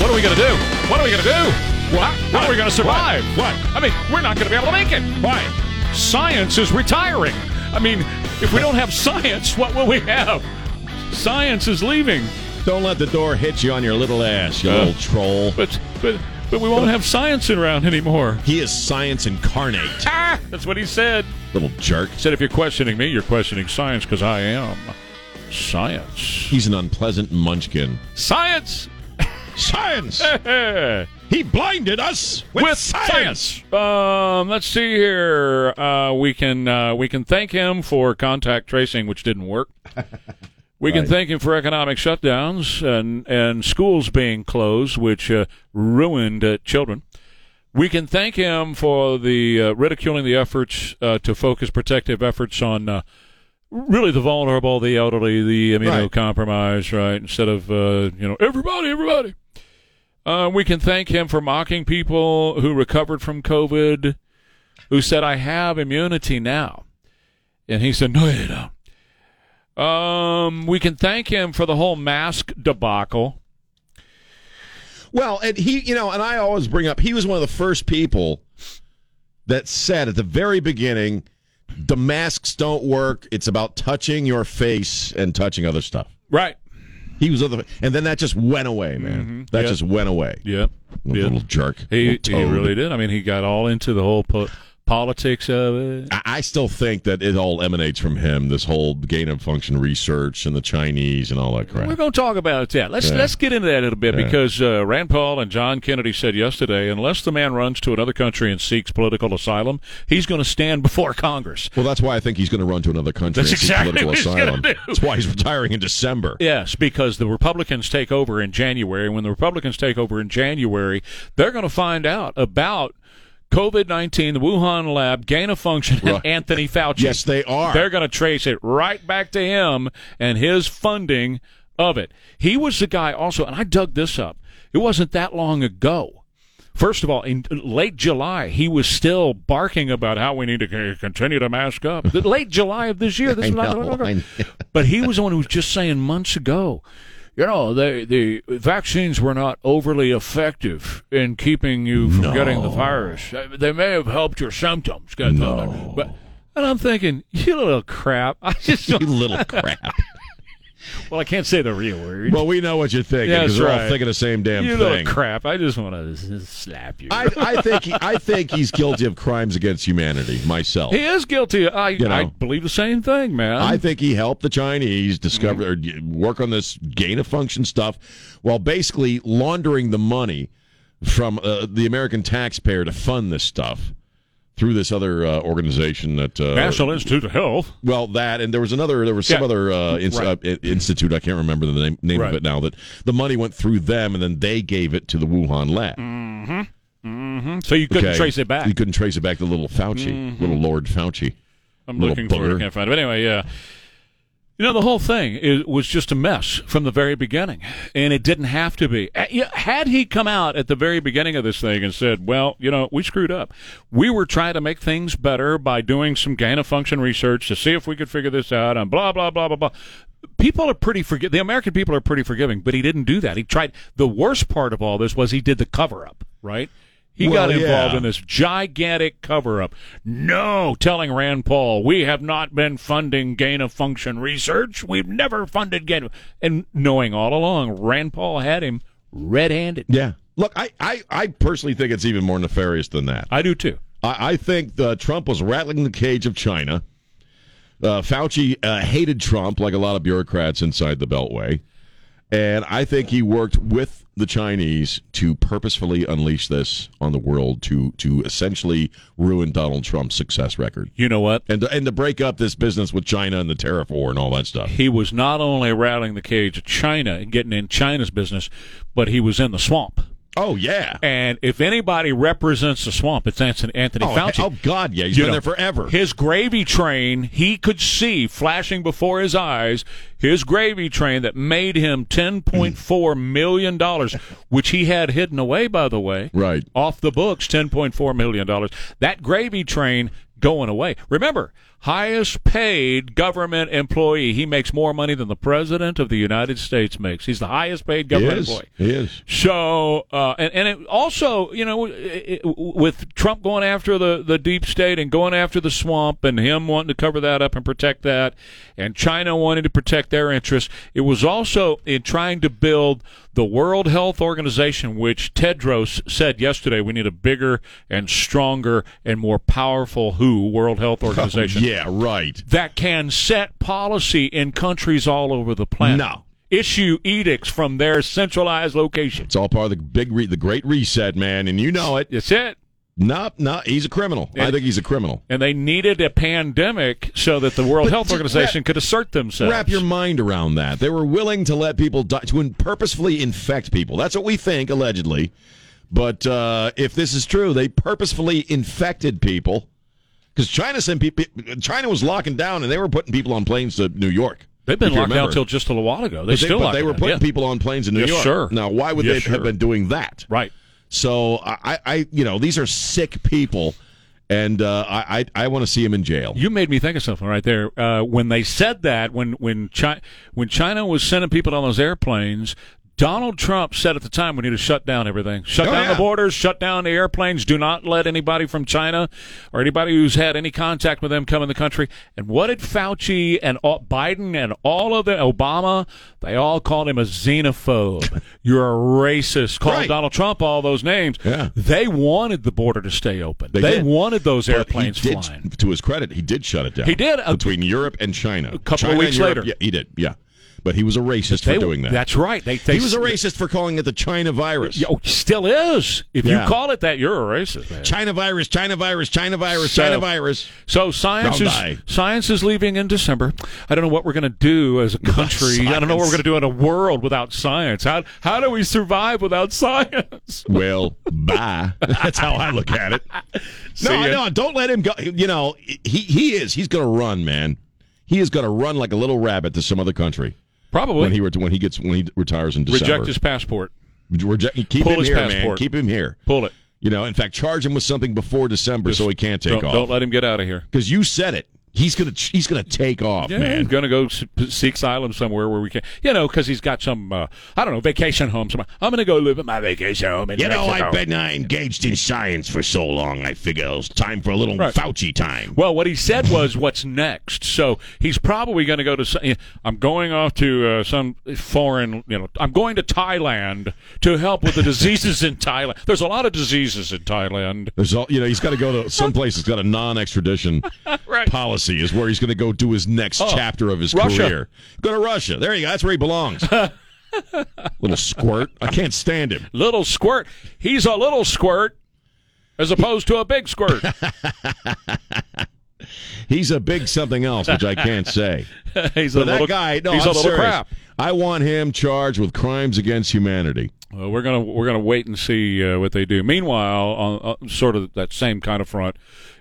What are we going to do? What are we going to do? What? How are we going to survive? What? I mean, we're not going to be able to make it. Why? Science is retiring. I mean, if we don't have science, what will we have? Science is leaving. Don't let the door hit you on your little ass, you Uh. little troll. But but but we won't have science around anymore. He is science incarnate, Ah, that's what he said. little jerk. He said if you're questioning me, you're questioning science because I am science. He's an unpleasant munchkin. Science. Science! Eh. he blinded us Um, let's see here. Uh, we can uh, we can thank him for contact tracing, which didn't work. We can thank him for economic shutdowns and and schools being closed, which uh, ruined uh, children. We can thank him for the uh, ridiculing the efforts uh, to focus protective efforts on uh, really the vulnerable, the elderly, the immunocompromised, right? Instead of uh, you know everybody, everybody. Uh, we can thank him for mocking people who recovered from COVID, who said, "I have immunity now," and he said, "No, you don't." Um, we can thank him for the whole mask debacle. Well, and he, you know, and I always bring up, he was one of the first people that said at the very beginning, the masks don't work. It's about touching your face and touching other stuff. Right. He was other, and then that just went away, man. That Mm-hmm. Yeah. just went away. Yep. Little Yep. jerk. He, Little he toad. really did. I mean, he got all into the whole po- politics of it. I- I still think that it all emanates from him. This whole gain of function research and the Chinese and all that crap. We're going to talk about that. Let's let's get into that a little bit because uh, Rand Paul and John Kennedy said yesterday, unless the man runs to another country and seeks political asylum, he's going to stand before Congress. well, that's why I think he's going to run to another country That's and seek exactly political what he's gonna asylum. do. That's why he's retiring in December. Yes, because the Republicans take over in January. And when the Republicans take over in January, they're going to find out about COVID 19, the Wuhan lab, gain of function, and Right. Anthony Fauci. Yes, they are. They're going to trace it right back to him and his funding of it. He was the guy also, and I dug this up. It wasn't that long ago. First of all, in late July, he was still barking about how we need to c- continue to mask up. The Late July of this year, this I is not know, long ago. I know. But he was the one who was just saying months ago, you know, the the vaccines were not overly effective in keeping you from getting the virus. Uh, They may have helped your symptoms, get no. but. And I'm thinking, you little crap. I just you don't, little crap. well, I can't say the real word. well, we know what you're thinking Yeah, because that's we're all right. thinking the same damn you thing. little crap. I just want to slap you. I, I think he, I think he's guilty of crimes against humanity. Myself, he is guilty. I know. I believe the same thing, man. I think he helped the Chinese discover or d- work on this gain of function stuff while basically laundering the money from uh, the American taxpayer to fund this stuff through this other uh, organization that uh, National Institute of Health. well that and there was another there was some Yeah. other uh, ins- Right. uh, i- institute I can't remember the name, name Right. of it now that the money went through them and then they gave it to the Wuhan lab. Hmm? So you Mm. couldn't Okay. trace it back. Mm-hmm. You couldn't trace it back to little Fauci, little Lord Fauci. I'm Little looking for it. bugger. I can't find it. But anyway, yeah. You know, the whole thing is, was just a mess from the very beginning, and it didn't have to be. Uh, yeah, Had he come out at the very beginning of this thing and said, well, you know, we screwed up. We were trying to make things better by doing some gain of function research to see if we could figure this out, and blah, blah, blah, blah, blah. People are pretty forgi- The American people are pretty forgiving, but he didn't do that. He tried. The worst part of all this was he did the cover up, right? He Well, got involved yeah. in this gigantic cover up. No, telling Rand Paul, we have not been funding gain of function research. We've never funded gain of and knowing all along Rand Paul had him red handed. Yeah. Look, I, I, I personally think it's even more nefarious than that. I do too. I, I think uh, Trump was rattling the cage of China. Uh, Fauci uh, hated Trump, like a lot of bureaucrats inside the Beltway. And I think he worked with the Chinese to purposefully unleash this on the world to to essentially ruin Donald Trump's success record You know what? and to, and to break up this business with China and the tariff war and all that stuff. He was not only routing the cage of China and getting in China's business, but he was in the swamp. Oh yeah. And if anybody represents the swamp, it's Anthony Anthony Oh, Fauci. oh God, yeah, he's You been know, there forever. His gravy train, he could see flashing before his eyes his gravy train that made him $10.4 Mm. million, which he had hidden away, by the way. Right. Off the books, $10.4 million. That gravy train going away. Remember, highest paid government employee. He makes more money than the President of the United States makes. He's the highest paid He government is. employee. He is. So, uh, and, and it also, you know, it, it- with Trump going after the, the deep state and going after the swamp and him wanting to cover that up and protect that, and China wanting to protect their interests, it was also in trying to build the World Health Organization, which Tedros said yesterday we need a bigger and stronger and more powerful WHO, World Health Organization, Oh, Yeah, right. that can set policy in countries all over the planet. No. Issue edicts from their centralized locations. It's all part of the big, re- the great reset, man, and you know it. That's it. Nope, no, he's a criminal. I think he's a criminal. And they needed a pandemic so that the World But Health to Organization could assert themselves. Wrap your mind around that. They were willing to let people die, to in- purposefully infect people. That's what we think, allegedly. But uh, if this is true, they purposefully infected people because China sent people. China was locking down, and they were putting people on planes to New York. They've been If you locked down remember. till just a little while ago. They But they, still but locked they were down, putting yeah. people on planes in New Yes, York. sure. Now, why would Yes, they sure. have been doing that? Right. So I, I, you know, these are sick people, and uh, I, I, I want to see them in jail. You made me think of something right there. Uh, when they said that, when when China, when China was sending people on those airplanes, Donald Trump said at the time we need to shut down everything, shut Oh, down yeah. the borders, shut down the airplanes. Do not let anybody from China or anybody who's had any contact with them come in the country. And what did Fauci and all, Biden and all of the Obama? They all called him a xenophobe. You're a racist. Called Right. Donald Trump all those names. Yeah. They wanted the border to stay open. They, did. wanted those But he airplanes did- flying. To his credit, he did shut it down. He did. A- between Europe and China. A couple of weeks later. yeah, he did. Yeah, but he was a racist for They- doing that. That's right. They, they he was a racist for calling it the China virus. Yo, still is. If Yeah. you call it that, you're a racist. man. China virus, China virus, China virus, So- China virus. So science Don't is die. science is leaving in December. I don't know what we're going to do as a country. I don't know what we're going to science. do in a world without science. How how do we survive without science? Well, bye. That's how I look at it. No, ya. no, don't let him go. You know, he he is. He's going to run, man. He is going to run like a little rabbit to some other country Probably when he ret- when he gets when he retires in December. reject his passport. Reject- keep Pull him his here, man. passport. Keep him here. Pull it. You know, in fact, charge him with something before December so he can't take Don't, don't off. let him get out of here. Because you said it. He's gonna he's gonna take off, Yeah, man. he's going to go s- seek asylum somewhere where we can, you know, because he's got some, uh, I don't know, vacation home somewhere. I'm going to go live at my vacation home in You know, Mexico. I've been uh, engaged in science for so long. I figure it was time for a little Right. Fauci time. Well, what he said was, "What's next?" So he's probably going to go to. some- I'm going off to uh, some foreign. You know, I'm going to Thailand to help with the diseases in Thailand. There's a lot of diseases in Thailand. There's all, you know, he's got to go to someplace that's got a non-extradition Right. Oh, policy is where he's going to go do his next chapter of his Russia. career. Go to Russia. There you go. That's where he belongs. little squirt. I can't stand him. Little squirt. He's a little squirt, as opposed to a big squirt. He's a big something else, which I can't say. he's a But little that guy, no, he's I'm a little serious. crap. I want him charged with crimes against humanity. Well, we're gonna we're gonna wait and see uh, what they do. Meanwhile, on uh, sort of that same kind of front,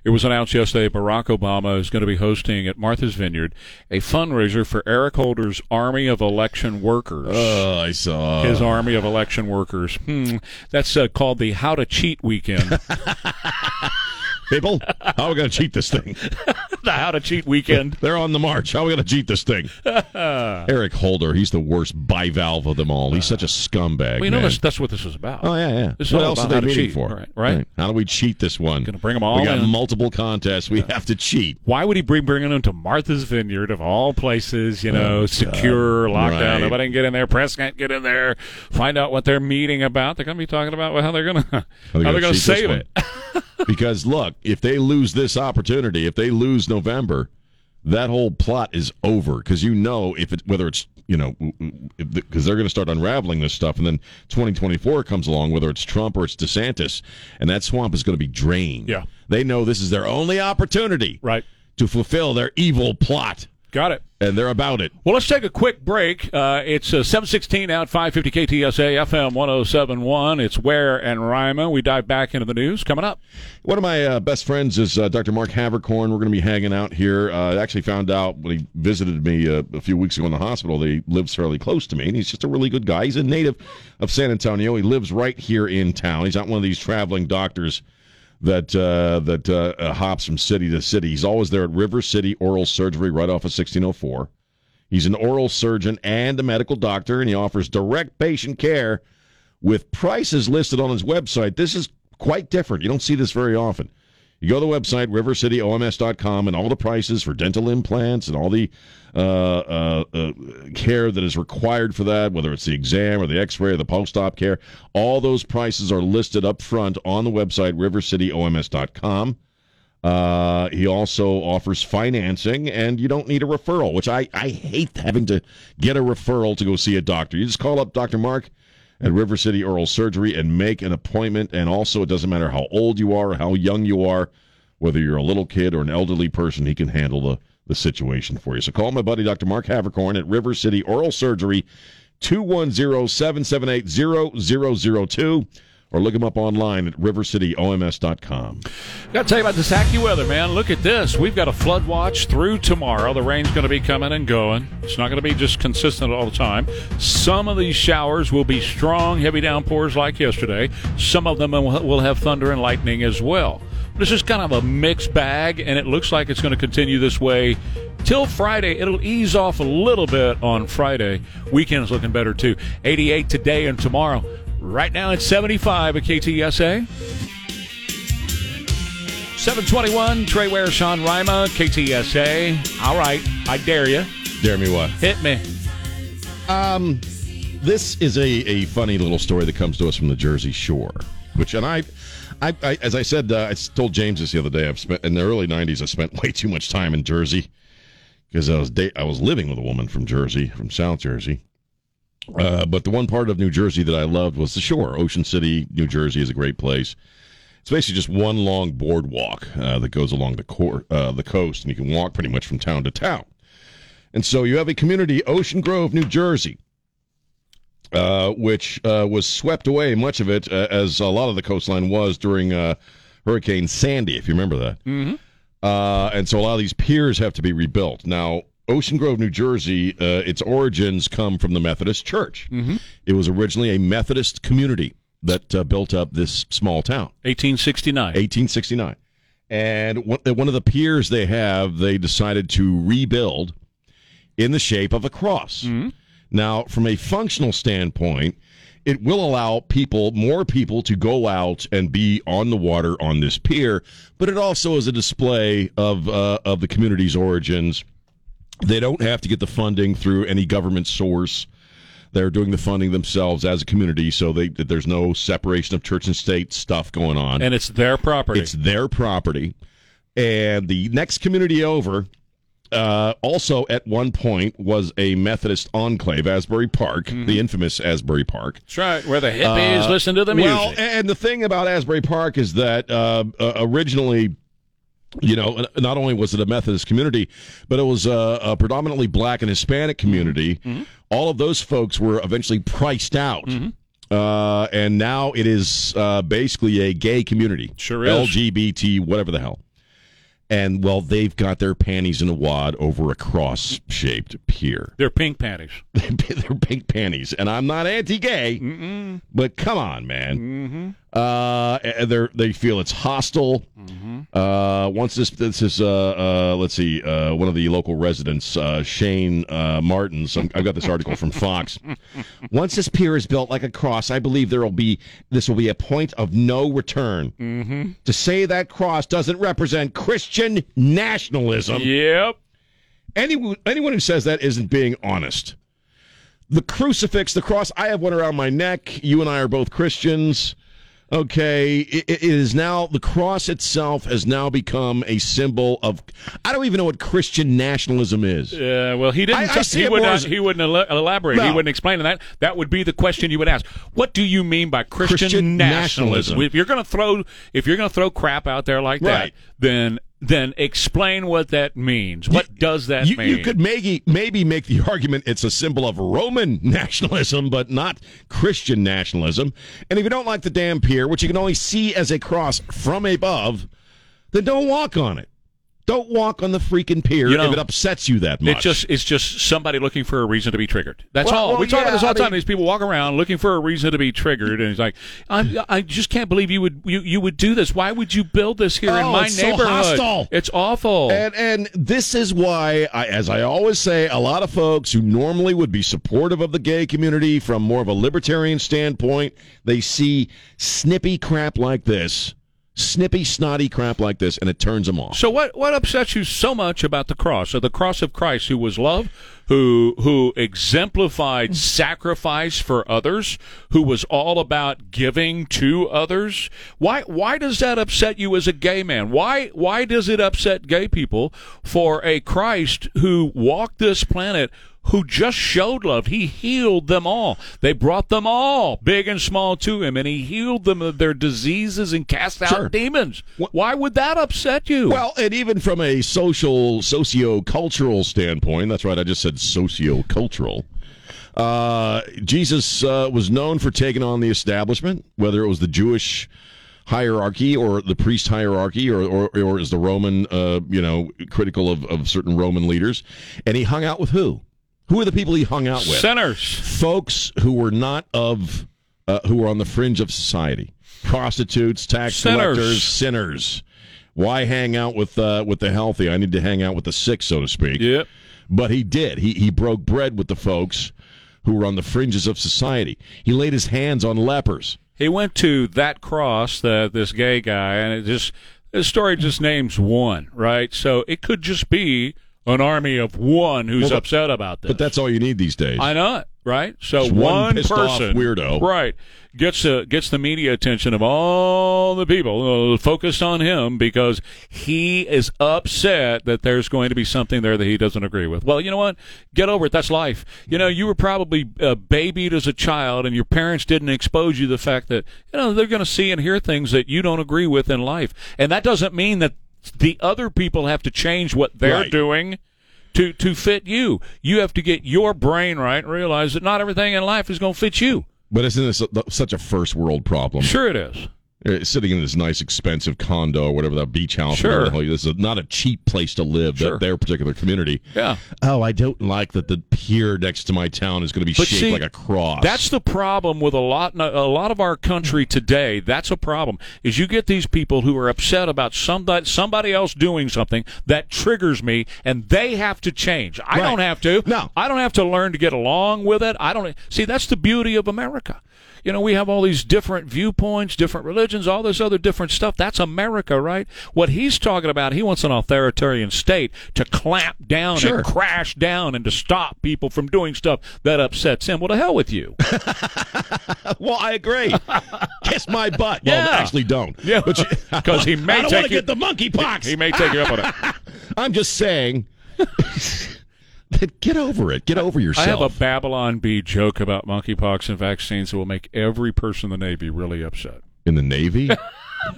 it was announced yesterday Barack Obama is going to be hosting at Martha's Vineyard a fundraiser for Eric Holder's Army of Election Workers. Oh, I saw. his army of election workers. Hmm. That's uh, called the How to Cheat Weekend. People, how are we going to cheat this thing? the How to Cheat Weekend. They're on the march. How are we going to cheat this thing? Eric Holder, he's the worst bivalve of them all. He's such a scumbag. Well, you know, man. that's, that's what this was about. Oh yeah, yeah. This is what all else are about they how to meeting cheat. for? Right, right. How do we cheat this one? Gonna bring 'em all We got in. multiple contests. We have to cheat. Why would he bring bringing them to Martha's Vineyard of all places? You know, secure lockdown. Oh, Right. Nobody can get in there. Press can't get in there. Find out what they're meeting about. They're going to be talking about how they're going to how they're going to cheat this save one? it. because look, if they lose this opportunity, if they lose November, that whole plot is over. Because you know, if it, whether it's you know, because they're going to start unraveling this stuff, and then 2024 comes along, whether it's Trump or it's DeSantis, and that swamp is going to be drained. Yeah. they know this is their only opportunity, Right. to fulfill their evil plot, Got it. and they're about it. Well, let's take a quick break. Uh, it's uh, 716 out 550 KTSA FM 1071. It's Ware and Rima. We dive back into the news coming up. One of my uh, best friends is uh, Dr. Mark Havercorn. We're going to be hanging out here. Uh, I actually found out when he visited me uh, a few weeks ago in the hospital that he lives fairly close to me, and he's just a really good guy. He's a native of San Antonio. He lives right here in town. He's not one of these traveling doctors that uh, that uh, uh, hops from city to city. He's always there at River City Oral Surgery right off of 1604. He's an oral surgeon and a medical doctor, and he offers direct patient care with prices listed on his website. This is quite different. You don't see this very often. You go to the website, rivercityoms.com, and all the prices for dental implants and all the uh, uh, uh, care that is required for that, whether it's the exam or the x ray or the post op care, all those prices are listed up front on the website, rivercityoms.com. Uh, he also offers financing, and you don't need a referral, which I, I hate having to get a referral to go see a doctor. You just call up Dr. Mark at River City Oral Surgery and make an appointment. And also, it doesn't matter how old you are or how young you are, whether you're a little kid or an elderly person, he can handle the, the situation for you. So call my buddy Dr. Mark Havercorn at River City Oral Surgery, 210 778 0002. Or look him up online at rivercityoms.com. Got to tell you about this hacky weather, man. Look at this. We've got a flood watch through tomorrow. The rain's going to be coming and going. It's not going to be just consistent all the time. Some of these showers will be strong, heavy downpours like yesterday. Some of them will will have thunder and lightning as well. This is kind of a mixed bag, and it looks like it's going to continue this way till Friday. It'll ease off a little bit on Friday. Weekend's looking better too. 88 today and tomorrow. Right now it's 75 at KTSA. 721, Trey Ware, Sean Rima, KTSA. All right, I dare you. Dare me what? Hit me. Um, this is a, a funny little story that comes to us from the Jersey Shore, which and I, I, I as I said, uh, I told James this the other day. I've spent in the early '90s. I spent way too much time in Jersey because I was da- I was living with a woman from Jersey, from South Jersey. Uh, but the one part of New Jersey that I loved was the shore. Ocean City, New Jersey, is a great place. It's basically just one long boardwalk uh, that goes along the cor- uh, the coast, and you can walk pretty much from town to town. And so you have a community, Ocean Grove, New Jersey, uh, which uh, was swept away, much of it, uh, as a lot of the coastline was during uh, Hurricane Sandy, if you remember that. Mm-hmm. Uh, and so a lot of these piers have to be rebuilt. Now, Ocean Grove, New Jersey, uh, its origins come from the Methodist Church. Mm-hmm. It was originally a Methodist community that uh, built up this small town. 1869. 1869. And one uh, one of the piers they have, they decided to rebuild in the shape of a cross. Now, from a functional standpoint, it will allow people, more people, to go out and be on the water on this pier, but it also is a display of uh, of the community's origins. They don't have to get the funding through any government source. They're doing the funding themselves as a community, so they, there's no separation of church and state stuff going on. And it's their property. It's their property. And the next community over, uh, also at one point, was a Methodist enclave, Asbury Park, the infamous Asbury Park. That's right, where the hippies listen to the music. Uh, Well, and the thing about Asbury Park is that uh, uh, originally, you know, not only was it a Methodist community, but it was a, a predominantly black and Hispanic community. Mm-hmm. All of those folks were eventually priced out. Uh, and now it is uh, basically a gay community. Sure is. LGBT, whatever the hell. And, well, they've got their panties in a wad over a cross shaped pier They're pink panties. they're pink panties, and I'm not anti-gay, but come on, man. Uh, they they feel it's hostile. Uh, once this this is uh, uh let's see uh one of the local residents uh Shane uh Martins. i I've got this article from Fox. Once this pier is built like a cross, I believe there will be this will be a point of no return. To say that cross doesn't represent Christian Um, nationalism Yep. anyone anyone who says that isn't being honest. The crucifix, the cross. I have one around my neck. You and I are both Christians. Okay, it, it is now the cross itself has now become a symbol of. I don't even know what Christian nationalism is. Yeah, Uh, well, he didn't. I- I t- see he, it would more not, as- he wouldn't ela- elaborate. He No. wouldn't explain that. That would be the question you would ask. What do you mean by Christian, Christian nationalism? nationalism. If you're going to throw, if you're going to throw crap out there like that, Right. then then explain what that means. What does that you, mean? you could maybe maybe make the argument it's a symbol of Roman nationalism, but not Christian nationalism. And if you don't like the damn pier, which you can only see as a cross from above, then don't walk on it. Don't walk on the freaking pier You know, if it upsets you that much. It's just it's just somebody looking for a reason to be triggered. That's Well- all. well, we talk yeah, about this all I the time. mean- These people walk around looking for a reason to be triggered, and it's like, Hmm. I, I just can't believe you would you, you would do this. Why would you build this here in Oh, my it's so neighborhood? hostile. It's awful. And and this is why, I, as I always say, a lot of folks who normally would be supportive of the gay community from more of a libertarian standpoint, they see snippy crap like this, snippy snotty crap like this, and it turns them off. so what what upsets you so much about the cross? So the cross of Christ, who was love, who who Mm-hmm. exemplified sacrifice for others, who was all about giving to others. Why why does that upset you as a gay man? Why why does it upset gay people for a Christ who walked this planet? Who just showed love. He healed them all. They brought them all, big and small, to him, and he healed them of their diseases and cast out Sure. demons. What- Why would that upset you? Well, and even from a social, socio-cultural standpoint, that's right, I just said socio-cultural. Uh, Jesus uh, was known for taking on the establishment, whether it was the Jewish hierarchy or the priest hierarchy, or or, or is the Roman, uh, you know, critical of, of certain Roman leaders, and he hung out with who? Who are the people he hung out with? sinners. Folks who were not of, uh, who were on the fringe of society, prostitutes, tax Sinners. collectors, sinners. Why hang out with uh, with the healthy? I need to hang out with the sick, so to speak. Yep. But he did. He he broke bread with the folks who were on the fringes of society. He laid his hands on lepers. He went to that cross, the, this gay guy, and it just this story just names one, right? So it could just be an army of one who's Well, but- upset about this. But that's all you need these days. I know it, right? So Just one one, pissed off person, weirdo. right, gets the gets the media attention of all the people uh, focused on him because he is upset that there's going to be something there that he doesn't agree with. Well, you know what? Get over it. That's life. You know, you were probably uh, babied as a child, and your parents didn't expose you to the fact that you know they're going to see and hear things that you don't agree with in life, and that doesn't mean that the other people have to change what they're Right. doing to to fit you. You have to get your brain right and realize that not everything in life is going to fit you. but isn't this a- such a first world problem? Sure, it is. Uh, Sitting in this nice, expensive condo or whatever that beach house. Sure. whatever the hell you- This is not a cheap place to live. Sure. That their particular community. Yeah. Oh, I don't like that the pier next to my town is going to be But shaped see, like a cross. That's the problem with a lot a lot of our country today. That's a problem. Is you get these people who are upset about somebody somebody else doing something that triggers me and they have to change. I Right. don't have to. No. I don't have to learn to get along with it. I don't See, that's the beauty of America. You know, we have all these different viewpoints, different religions, all this other different stuff. That's America, right? What he's talking about, he wants an authoritarian state to clamp down Sure. and crash down and to stop people from doing stuff that upsets him. Well, to hell with you. well, I agree. Kiss my butt. Yeah. Well, actually, don't. Yeah, But you- because he I may don't want take to you. get the monkey pox. he may take you up on it. I'm just saying that get over it. Get over I yourself. have a Babylon Bee joke about monkeypox and vaccines that will make every person in the Navy really upset. in the Navy.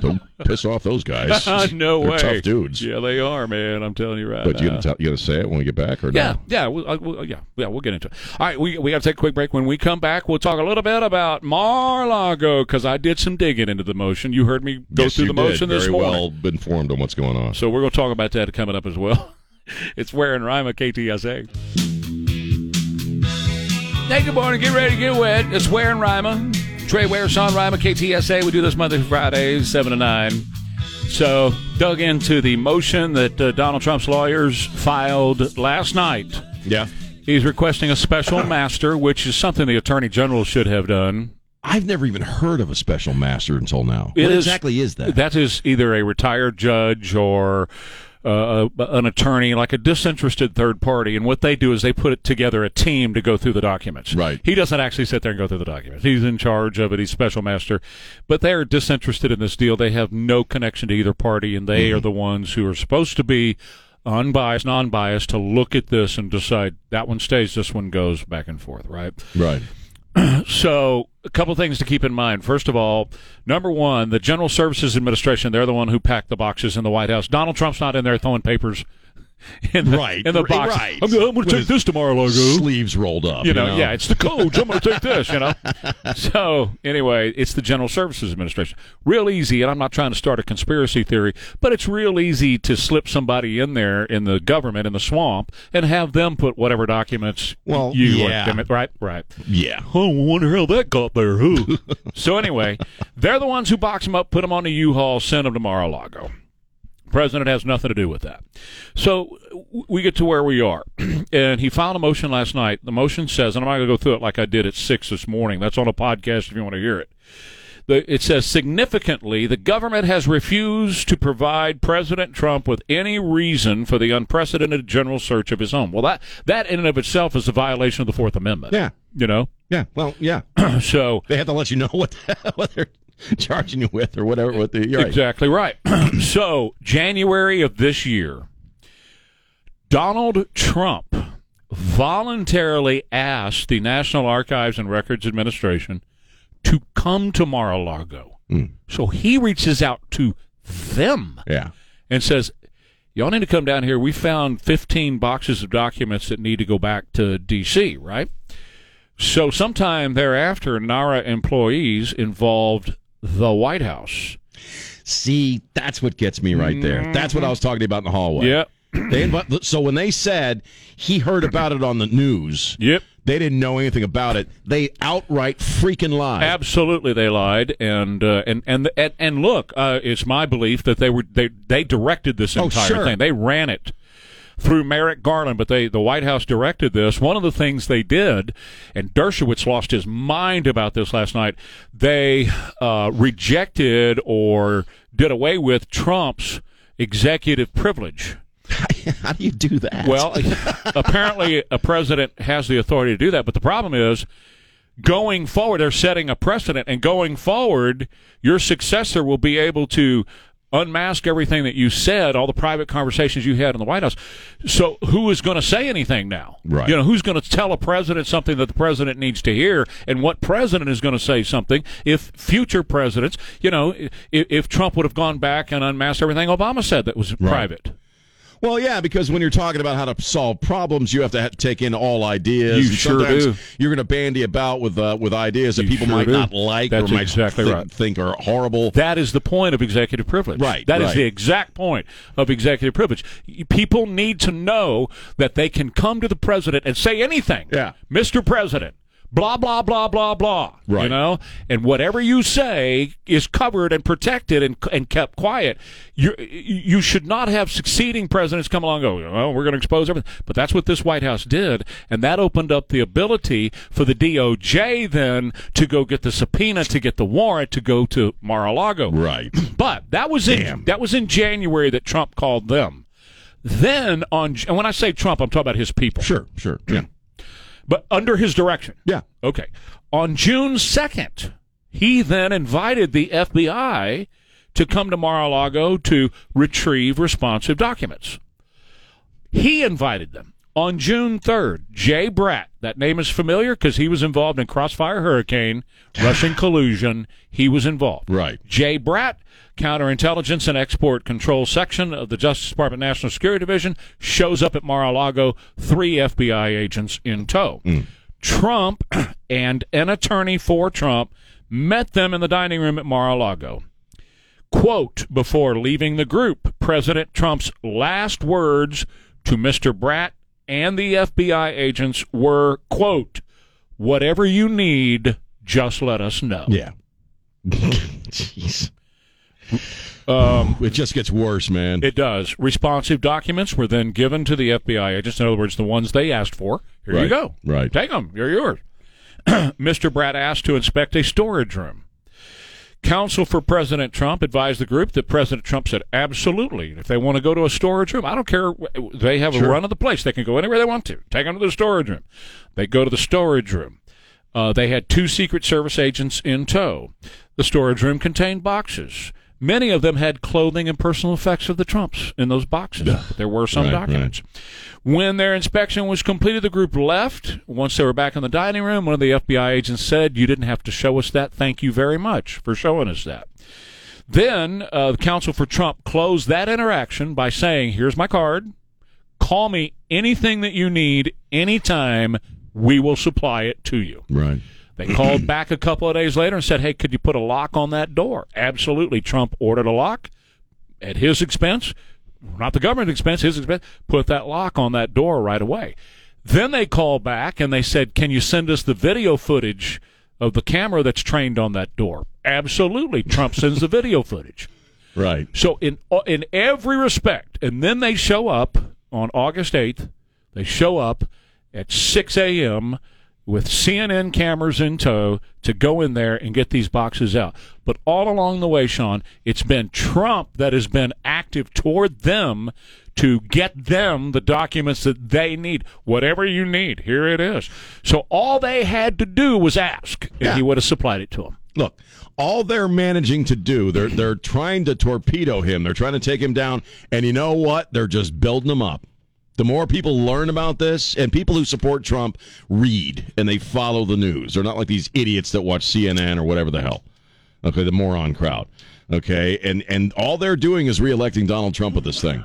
Don't piss off those guys. Uh, no They're way, Tough dudes. Yeah, they are, man. I'm telling you right But you now. gonna tell, you gonna say it when we get back or yeah, no? yeah, we'll, uh, we'll, yeah, yeah. We'll get into it. All right, we we got to take a quick break. When we come back, we'll talk a little bit about Mar-a-Lago because I did some digging into the motion. You heard me go Yes, through you the did. motion this Very morning. well informed on what's going on. So we're going to talk about that coming up as well. It's where in Rima KTSA. Hey, good morning. Get ready to get wet. It's where in Rima. Trey Ware's on Rima KTSA. We do this Monday through Friday, 7 to 9. So, dug into the motion that uh, Donald Trump's lawyers filed last night. Yeah. He's requesting a special master, which is something the attorney general should have done. I've never even heard of a special master until now. It what is- exactly is that? That is either a retired judge or uh, a, an attorney, like a disinterested third party, and what they do is they put it together a team to go through the documents. Right. He doesn't actually sit there and go through the documents. He's in charge of it. He's special master, but they are disinterested in this deal. They have no connection to either party, and Mm-hmm. they are the ones who are supposed to be unbiased, non-biased, to look at this and decide that one stays, this one goes, back and forth. Right. Right. So, a couple things to keep in mind. First of all, number one, the General Services Administration, they're the one who packed the boxes in the White House. Donald Trump's not in there throwing papers in the, Right, in the right, box. right. I'm, going to With take his this tomorrow, Largo. Sleeves rolled up. you know, yeah, it's the coach. I'm going to take this, you know. So, anyway, it's the General Services Administration. Real easy, and I'm not trying to start a conspiracy theory, but it's real easy to slip somebody in there in the government, in the swamp, and have them put whatever documents Well, you yeah. or them, right? Right. Yeah. Oh, I wonder how that got there. Who? so anyway, they're the ones who box them up, put them on a U-Haul, send them to Mar-a-Lago. President has nothing to do with that. So w- we get to where we are, and he filed a motion last night. The motion says, and I'm not going to go through it like I did at six this morning. That's on a podcast if you want to hear it. The, it says significantly, the government has refused to provide President Trump with any reason for the unprecedented general search of his home. Well, that that in and of itself is a violation of the Fourth Amendment. Yeah. you know. Yeah. Well, yeah. So They have to let you know what, what they're charging you with or whatever. What the, you're right. exactly right. so January of this year, Donald Trump voluntarily asked the National Archives and Records Administration to come to Mar-a-Lago. So he reaches out to them Yeah. and says, "Y'all need to come down here. We found 15 boxes of documents that need to go back to D.C. Right." So sometime thereafter, NARA employees involved the White House. See, that's what gets me right there. That's what I was talking about in the hallway. Yep. They invi- so when they said he heard about it on the news, Yep. they didn't know anything about it. They outright freaking lied. Absolutely, they lied, and uh, and and and, and look, uh, it's my belief that they were they they directed this Oh, entire sure. thing. They ran it through Merrick Garland, but they the White House directed this. One of the things they did, and Dershowitz lost his mind about this last night. They uh, rejected or did away with Trump's executive privilege. How do you do that? Well, apparently a president has the authority to do that, but the problem is going forward they're setting a precedent and going forward your successor will be able to unmask everything that you said, all the private conversations you had in the White House. So who is going to say anything now? Right. You know, who's going to tell a president something that the president needs to hear and what president is going to say something if future presidents, you know, if, if Trump would have gone back and unmasked everything Obama said that was private. Well, yeah, because when you're talking about how to solve problems, you have to ha take in all ideas. You And sure sometimes do. You're going to bandy about with uh, with ideas that You people sure might do. not like That's or might exactly thi- right. think are horrible. That is the point of executive privilege. Right, That is right. the exact point of executive privilege. Y- People need to know that they can come to the president and say anything. Yeah. Mr. President, blah blah blah blah blah. You Right. know, and whatever you say is covered and protected and and kept quiet. You you should not have succeeding presidents come along and go, "Oh, we're going to expose everything." But that's what this White House did, and that opened up the ability for the DOJ then to go get the subpoena, to get the warrant, to go to Mar-a-Lago. right. But that was in Damn. that was in January that Trump called them. Then on and when I say Trump, I'm talking about his people. Sure. Sure. Yeah. But under his direction. Yeah. Okay. On June 2nd, he then invited the FBI to come to Mar-a-Lago to retrieve responsive documents. He invited them. On June 3rd, Jay Bratt, that name is familiar because he was involved in Crossfire Hurricane, Russian collusion. He was involved. Right. Jay Bratt, Counterintelligence and Export Control Section of the Justice Department National Security Division, shows up at Mar a Lago, three FBI agents in tow. Trump and an attorney for Trump met them in the dining room at Mar a Lago. Quote before leaving the group, President Trump's last words to Mr. Bratt and the FBI agents were, quote, whatever you need, just let us know. Yeah. Jeez. it just gets worse, man. Um, It does. Responsive documents were then given to the FBI agents. In other words, the ones they asked for. Here you Right. go. Right. Take them. You're yours. Mr. Bratt asked to inspect a storage room. Counsel for President Trump advised the group that President Trump said, absolutely. If they want to go to a storage room, I don't care. They have a run of the place. They can go anywhere they want to. Take them to the storage room. They go to the storage room. Uh, they had two Secret Service agents in tow. The storage room contained boxes. Many of them had clothing and personal effects of the Trumps in those boxes. But there were some Right, right. documents. When their inspection was completed, the group left. Once they were back in the dining room, one of the FBI agents said, You didn't have to show us that. Thank you very much for showing us that. Then uh, the counsel for Trump closed that interaction by saying, Here's my card. Call me anything that you need, anytime. We will supply it to you. Right. They called back a couple of days later and said, "Hey, could you put a lock on that door?" Absolutely. Trump ordered a lock at his expense, not the government's expense, his expense. Put that lock on that door right away. Then they called back and they said, "Can you send us the video footage of the camera that's trained on that door?" Absolutely. Trump sends the video footage. Right. So in uh, in every respect, and then they show up on August eighth. They show up at six a.m. with CNN cameras in tow to go in there and get these boxes out. But all along the way, Sean, it's been Trump that has been active toward them to get them the documents that they need. Whatever you need, here it is. So all they had to do was ask, and Yeah. he would have supplied it to them. Look, all they're managing to do, they're they're trying to torpedo him. They're trying to take him down. And you know what? They're just building him up. The more people learn about this, and people who support Trump read and they follow the news. They're not like these idiots that watch CNN or whatever the hell. Okay, the moron crowd. Okay, and and all they're doing is reelecting Donald Trump with this thing.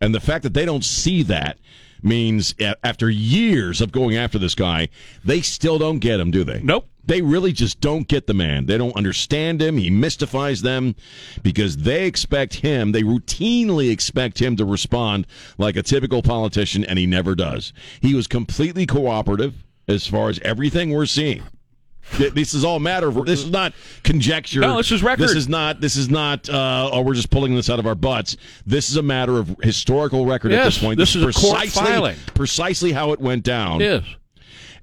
And the fact that they don't see that means a- after years of going after this guy, they still don't get him, do they? Nope. They really just don't get the man. They don't understand him. He mystifies them because they expect him, they routinely expect him to respond like a typical politician, and he never does. He was completely cooperative as far as everything we're seeing. Th- This is all a matter of this is not conjecture. No, this is record. This is not. This is not. Uh, oh, we're just pulling this out of our butts. This is a matter of historical record at Yes, this point. this is a court precisely, filing. Precisely how it went down. Yes.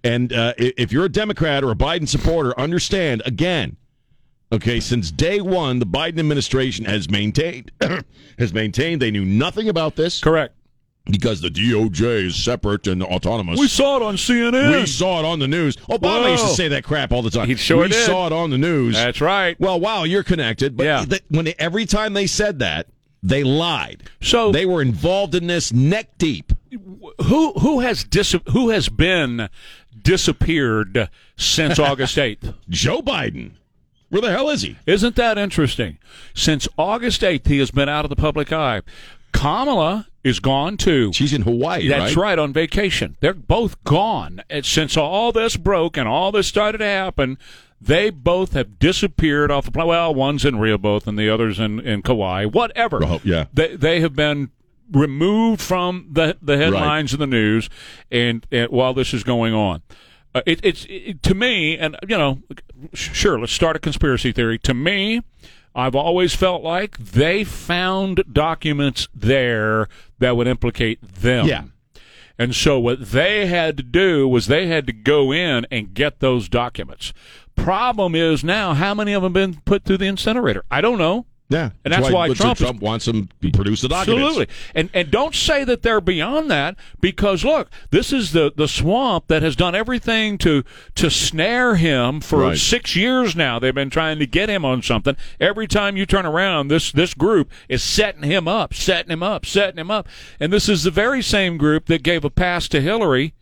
And uh, i- if you're a Democrat or a Biden supporter, understand again. Okay, since day one, the Biden administration has maintained has maintained they knew nothing about this Correct. because the DOJ is separate and autonomous. We saw it on CNN. We saw it on the news. Obama Whoa. used to say that crap all the time. He sure we did. saw it on the news. That's right. Well, wow, you're connected. But Yeah. th- when every time they said that, they lied. So- they were involved in this neck deep. who who has dis- who has been disappeared since August 8th? Joe Biden. Where the hell is he? Isn't that interesting? Since August 8th he has been out of the public eye. Kamala is gone too. She's in Hawaii, That's right, on vacation. They're both gone. And since all this broke and all this started to happen, they both have disappeared off the planet. Well, one's in Rio both and the other's in, in Kauai, whatever. Oh, yeah. They, they have been removed from the, the headlines and the news and, and while this is going on. Uh, it, it's it, to me, and you know, sh- sure, let's start a conspiracy theory. To me, I've always felt like they found documents there that would implicate them. Yeah. And so what they had to do was they had to go in and get those documents. Problem is now, how many of them been put through the incinerator? I don't know. Yeah. And that's why so Trump is- wants him to produce the documents. Absolutely. And and don't say that they're beyond that because look, this is the, the swamp that has done everything to to snare him for Right. six years now. They've been trying to get him on something. Every time you turn around, this this group is setting him up, setting him up, setting him up. And this is the very same group that gave a pass to Hillary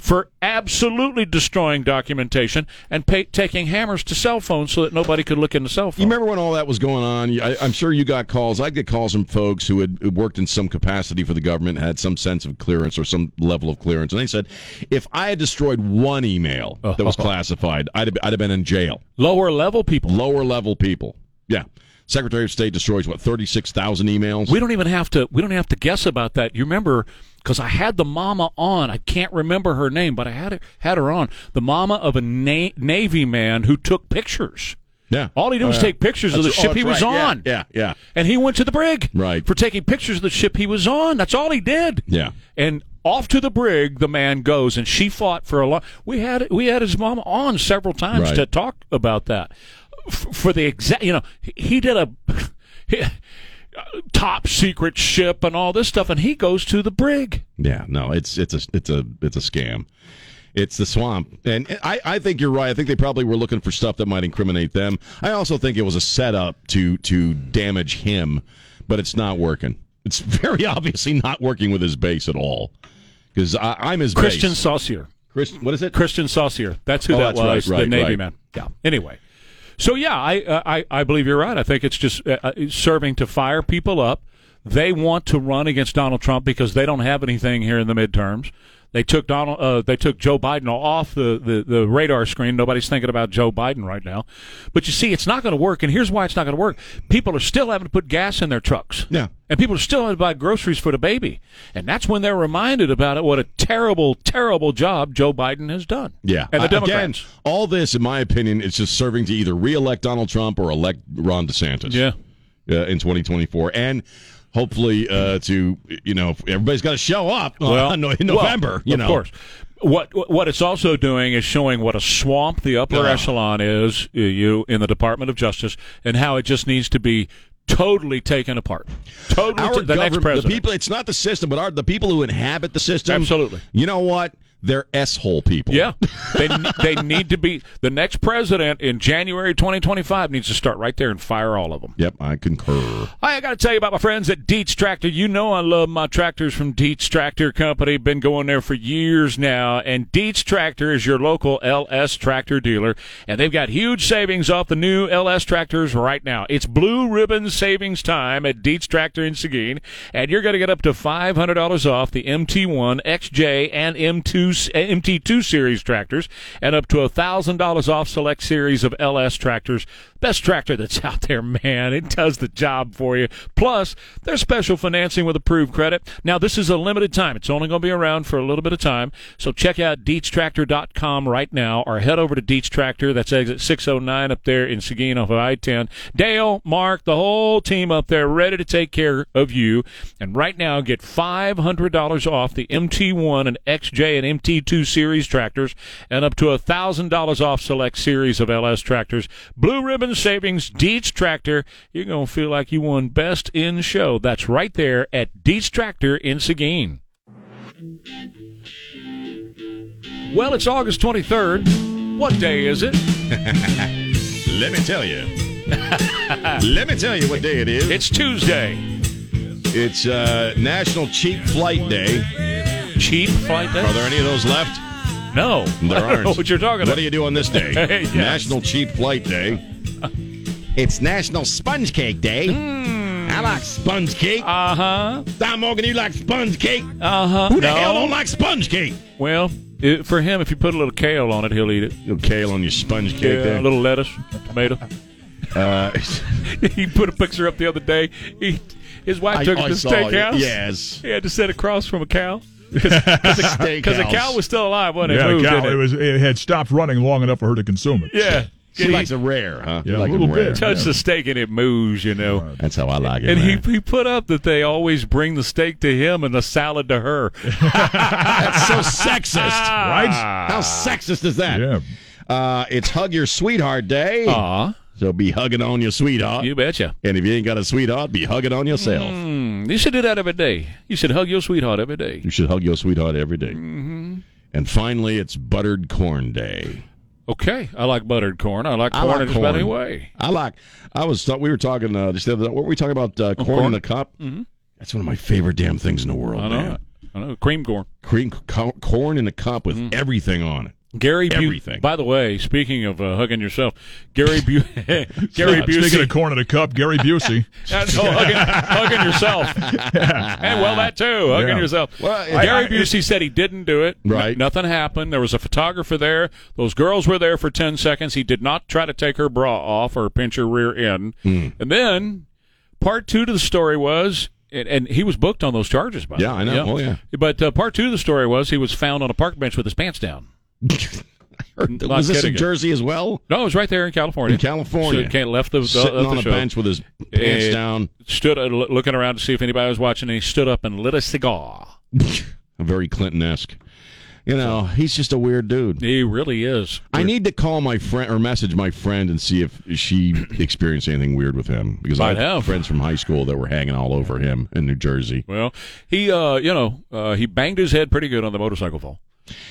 for absolutely destroying documentation and pa taking hammers to cell phones so that nobody could look into cell You phones. remember when all that was going on? I, I'm sure you got calls. I get calls from folks who had who worked in some capacity for the government, had some sense of clearance or some level of clearance, and they said, if I had destroyed one email that Oh. was classified, I'd have, I'd have been in jail. Lower level people. Lower level people, yeah. Secretary of State destroys what thirty six thousand emails. We don't even have to. We don't have to guess about that. You remember because I had the mama on. I can't remember her name, but I had her, had her on. The mama of a na- navy man who took pictures. yeah, All he did was yeah. take pictures of the That's- oh, ship he that's was right. Yeah, on. Yeah, yeah, And he went to the brig Right. for taking pictures of the ship he was on. That's all he did. Yeah. And off to the brig the man goes, and she fought for a long. We had we had his mom on several times Right. to talk about that. f- for the exact, you know, he- he did a he- top secret ship and all this stuff, and he goes to the brig. Yeah, no, it's it's a it's a it's a scam. It's the swamp, and I I think you're right. I think they probably were looking for stuff that might incriminate them. I also think it was a setup to to damage him, but it's not working. It's very obviously not working with his base at all. Because I'm his Christian base. Saucier. Christian, what is it? Christian Saucier. That's who Oh, that that's was, right, right, the Navy right. man. Yeah. Anyway, so yeah, I uh, I I believe you're right. I think it's just uh, uh, serving to fire people up. They want to run against Donald Trump because they don't have anything here in the midterms. They took Donald. Uh, they took Joe Biden off the, the, the radar screen. Nobody's thinking about Joe Biden right now. But you see, it's not going to work. And here's why it's not going to work. People are still having to put gas in their trucks. Yeah. And people are still having to buy groceries for the baby. And that's when they're reminded about it. What a terrible, terrible job Joe Biden has done. Yeah, And the Uh, Democrats. Again, all this, in my opinion, is just serving to either reelect Donald Trump or elect Ron DeSantis. Yeah. uh, in 2024, and hopefully uh, to you know everybody's got to show up uh, no- in November. well, you know, of course. What what it's also doing is showing what a swamp the upper Ugh. echelon is uh, you in the Department of Justice and how it just needs to be totally taken apart. Totally Our to- the next government- president. people. It's not the system, but our the people who inhabit the system. Absolutely. You know what? They're s hole people. yeah. they they need to be the next president in January 2025 needs to start right there and fire all of them. Yep, I concur. Hi, I got to tell you about my friends at Dietz Tractor. You know I love my tractors from Dietz Tractor Company. Been going there for years now. And Dietz Tractor is your local LS tractor dealer. And they've got huge savings off the new LS tractors right now. It's blue ribbon savings time at Dietz Tractor in Seguin. And you're going to get up to $500 off the MT1, XJ, and M2, MT2 series tractors. And up to $1,000 off select series of LS tractors. Best tractor that's out there, man. It does the job for you. Plus, there's special financing with approved credit. Now, this is a limited time. It's only going to be around for a little bit of time. So check out DeetsTractor.com right now or head over to Dietz Tractor. That's exit 609 up there in Seguin off of I-10. Dale, Mark, the whole team up there ready to take care of you. And right now, get $500 off the MT1 and XJ and MT2 series tractors and up to $1,000 off select series of LS tractors. Blue Ribbon Savings, Dietz Tractor. You're going to feel like you won Best in Show. That's right there at Dietz Tractor in Seguin. Well, it's August 23rd. What day is it? Let me tell you. Let me tell you what day it is. It's Tuesday. It's uh, National Cheap Flight Day. Cheap flight Are day? there any of those left? No. There I don't aren't. know what you're talking What about. do you do on this day? Yes. National Cheap Flight Day. It's National Sponge Cake Day. I like sponge cake. Uh huh. Don Morgan, you like sponge cake? Uh huh. Who the no. hell don't like sponge cake? Well, it, for him, if you put a little kale on it, he'll eat it. Little kale on your sponge cake Yeah, there. a little lettuce, tomato. uh, he put a picture up the other day. He, his wife I, took him I to saw steakhouse. it. Yes. He had to sit across from a cow. Because the cow was still alive, wasn't it? Yeah, the Moved, cow. didn't It was. It had stopped running long enough for her to consume it. Yeah. She And he likes it rare, huh? Yeah, You like a little them rare. bit. touched the steak and it moves, you know. That's how I like it. And he, Oh, man. he put up that they always bring the steak to him and the salad to her. That's so sexist. Ah. Right? How sexist is that? Yeah. Uh, it's Hug Your Sweetheart Day. Aw, So be hugging on your sweetheart. Ah. you Mm. betcha. And if you ain't got a sweetheart, be hugging on yourself. You should do that every day. You should hug your sweetheart every day. You should hug your sweetheart every day. Mm-hmm. And finally, it's Buttered Corn Day. Okay, I like buttered corn. I like I corn like in just about corn. any way. I like. I was. Thought, we were talking uh, just the other. What were we talking about? Uh, corn, corn? in a cup. Mm-hmm. That's one of my favorite damn things in the world, I know. man. I know. Cream corn. Cream co- corn in a cup with Mm. everything on it. Gary Bu- Everything. By the way, speaking of uh, hugging yourself, Gary Bu- Gary Speaking Busey. of corn in a cup, Gary Busey. Uh, no, hugging, hugging yourself. And well, that too, hugging Yeah. yourself. Well, it- Gary I- I- Busey said he didn't do it. N- Right. nothing happened. There was a photographer there. Those girls were there for 10 seconds. He did not try to take her bra off or pinch her rear end. Hmm. And then part two to the story was. And, and he was booked on those charges, by the Yeah, way. I know. Oh, yeah. But uh, part two of the story was he was found on a park bench with his pants down. Heard- Not was this in kidding. Jersey as well? No, it was right there in California. In California, So he can't left the, sitting left on the a show. bench with his pants Eh, down. Stood uh, loo- looking around to see if anybody was watching, and he stood up and lit a cigar. Very Clinton esque. You know, he's just a weird dude. He really is. I need to call my friend or message my friend and see if she experienced anything weird with him because I Might have. friends from high school that were hanging all over him in New Jersey. Well, he, uh, you know, uh, he banged his head pretty good on the motorcycle fall.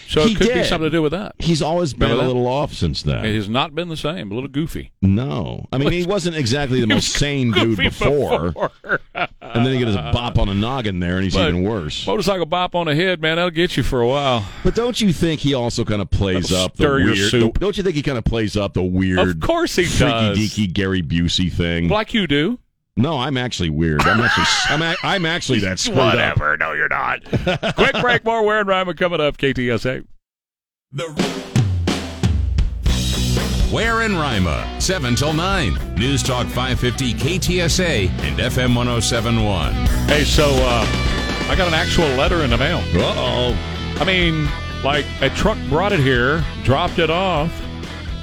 So He it could be did. something to do with that. He's always been Remember a that? little off since It then. has not been the same. A little goofy. No, I mean he wasn't exactly the most sane dude Goofy before, and then he got his bop on a noggin there, and he's But- even worse. Motorcycle bop on the head, man. That'll get you for a while. But don't you think he also kind of plays That'll up the stir your weird? soup. Don't you think he kind of plays up the weird? Of course he freaky does. deaky Gary Busey thing. Like you do. no, I'm actually weird. I'm actually I'm, a, I'm actually that screwed up. No, you're not. Quick break. More Warren Ryman coming up. KTSA. Where in Rima, 7 till 9. News Talk 550 KTSA and FM 1071. Hey, so uh, I got an actual letter in the mail. Uh-oh. I mean, like a truck brought it here, dropped it off,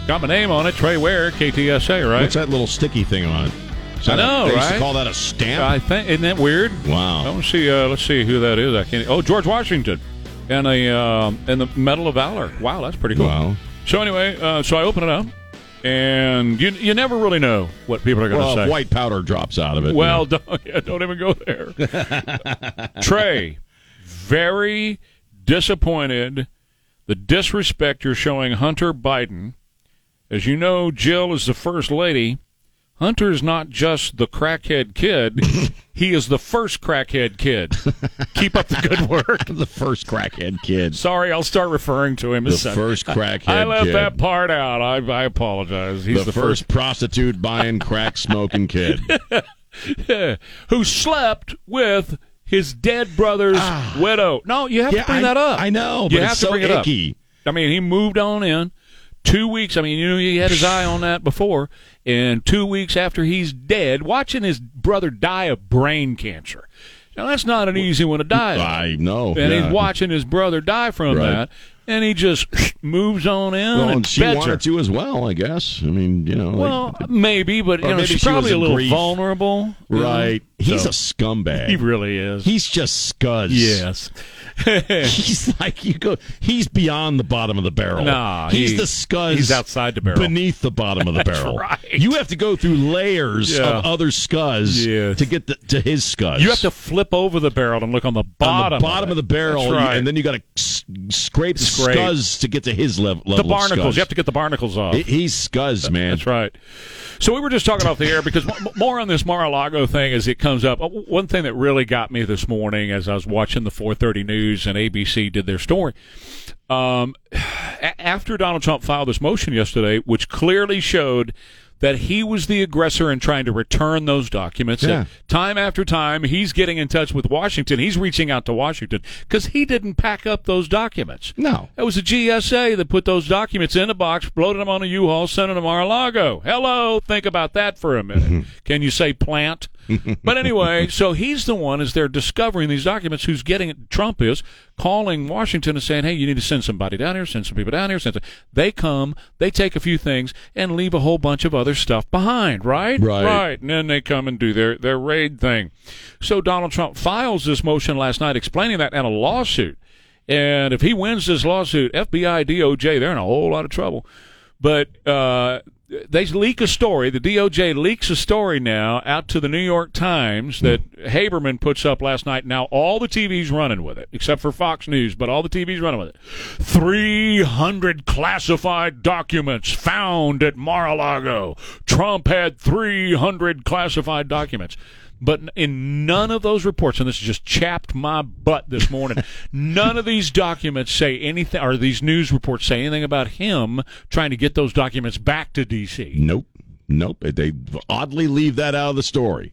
got my name on it. Trey Ware, KTSA, right? What's that little sticky thing on? it? Is that I know, a, they used to right? call that a stamp. I think isn't that weird? Wow. I want to see. Uh, let's see who that is. I can't. Oh, George Washington, and a um and the Medal of Valor. Wow, that's pretty cool. Wow. So anyway, uh, so I open it up, and you you never really know what people are going to well, if say. white powder drops out of it. well, don't, yeah, don't even go there. Trey, very disappointed. The disrespect you're showing Hunter Biden. As you know, Jill is the first lady. Hunter's not just the crackhead kid. he is the first crackhead kid. Keep up the good work. the first crackhead kid. Sorry, I'll start referring to him The as son. first crackhead I left kid. that part out. I, I apologize. He's the, the, first, prostitute buying crack smoking kid. first who slept with his dead brother's widow. No, you have to bring Ah. I, that up. I know, You but have it's to so bring it up. icky. I mean, he moved on in two weeks. I mean, you know, he had his eye on that before. And two weeks after he's dead, watching his brother die of brain cancer. Now, that's not an easy one to die of. I know. And yeah. he's watching his brother die from Right. that. And he just moves on in Well, and and she beds wanted her. to as well, I guess. I mean, you know. like- Well, maybe, but you Or know, maybe she's she was probably a in little grief. vulnerable. you know? right. He's So- a scumbag. He really is. he's just scuds. yes. He's like you go. He's beyond the bottom of the barrel. Nah, he's he- the scuds. he's outside the barrel. beneath the bottom of the barrel. right. You have to go through layers Yeah. of other scuds Yes. to get the, to his scuds. You have to flip over the barrel and look on the on bottom. the bottom of, it. the barrel, That's right. and then you got to s- scrape the Scrape. scuds to get to his lev- level. the of barnacles. scuds. You have to get the barnacles off. He- He's scuds, man. That's right. So we were just talking off the air because m- more on this Mar-a-Lago thing as it comes up. Uh, One thing that really got me this morning as I was watching the 4:30 news and ABC did their story. Um, a- after Donald Trump filed this motion yesterday, which clearly showed that he was the aggressor in trying to return those documents. Yeah. And Time after time, he's getting in touch with Washington. He's reaching out to Washington because he didn't pack up those documents. No. It was the GSA that put those documents in a box, bloated them on a U-Haul, sent them to Mar-a-Lago. Hello, think about that for a minute. Can you say plant? but anyway, so he's the one as they're discovering these documents. Who's getting it? Trump is calling Washington and saying, "Hey, you need to send somebody down here. Send some people down here. Send." Some. They come, they take a few things, and leave a whole bunch of other stuff behind. Right, Right. right. And then they come and do their their raid thing. So Donald Trump files this motion last night, explaining that in a lawsuit. And if he wins this lawsuit, FBI, DOJ, they're in a whole lot of trouble. But uh, they leak a story. The DOJ leaks a story now out to the New York Times that Haberman puts up last night. Now all the TV's running with it, except for Fox News, but all the TV's running with it. 300 classified documents found at Mar-a-Lago. Trump had 300 classified documents. But in none of those reports, and this just chapped my butt this morning, none of these documents say anything, or these news reports say anything about him trying to get those documents back to D.C. Nope. Nope. They oddly leave that out of the story.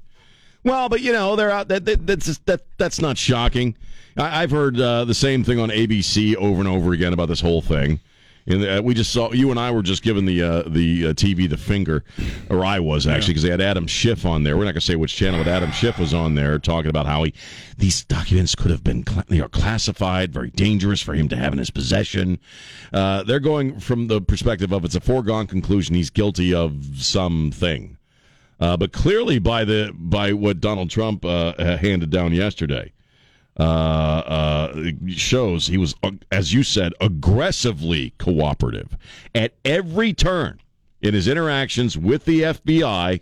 Well, but you know they're out. That, that, that's just- that that's not shocking. I, I've heard uh, the same thing on ABC over and over again about this whole thing. And uh, we just saw you and I were just giving the uh, the uh, TV the finger, or I was actually because they had Adam Schiff on there. We're not going to say which channel, but Adam Schiff was on there talking about how he these documents could have been cla- they are classified, very dangerous for him to have in his possession. Uh, they're going from the perspective of it's a foregone conclusion he's guilty of something. Uh, but clearly, by the by, what Donald Trump uh, handed down yesterday, uh, uh, shows he was, ag- as you said, aggressively cooperative at every turn in his interactions with the FBI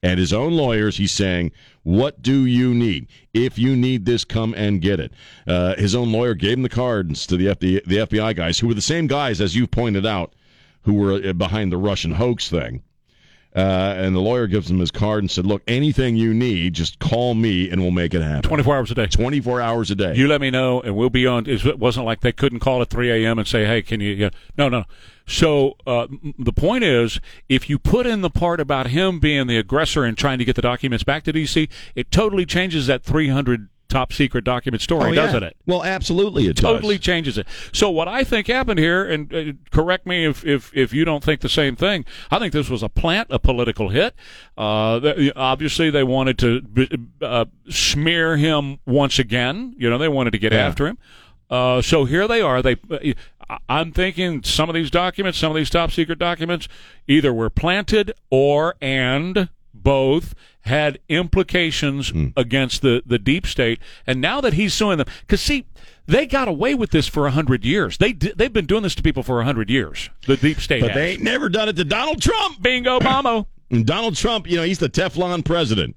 and his own lawyers. He's saying, "What do you need? If you need this, come and get it." Uh, his own lawyer gave him the cards to the FBI, the FBI guys, who were the same guys as you pointed out, who were uh, behind the Russian hoax thing. Uh, and the lawyer gives him his card and said, "Look, anything you need, just call me, and we'll make it happen." 24 hours a day. 24 hours a day. You let me know, and we'll be on. It wasn't like they couldn't call at 3 a.m. and say, "Hey, can you?" Yeah. No, no. So uh, m- the point is, if you put in the part about him being the aggressor and trying to get the documents back to D.C., it totally changes that 300 top secret document story, doesn't it? Oh, Well, absolutely, it Totally does. changes it. So what I think happened here, and uh, correct me if, if if you don't think the same thing. I think this was a plant, a political hit. Uh, th- obviously, they wanted to b- uh, smear him once again. You know, they wanted to get after him. Uh, so here they are. They, I- I'm thinking some of these documents, some of these top secret documents, either were planted or and both had implications Hmm. against the, the deep state. And now that he's suing them, because see, they got away with this for 100 years. They, di- they've been doing this to people for 100 years, the deep state. But has. they ain't never done it to Donald Trump. Bingo, Mamo. And Donald Trump, you know, he's the Teflon president.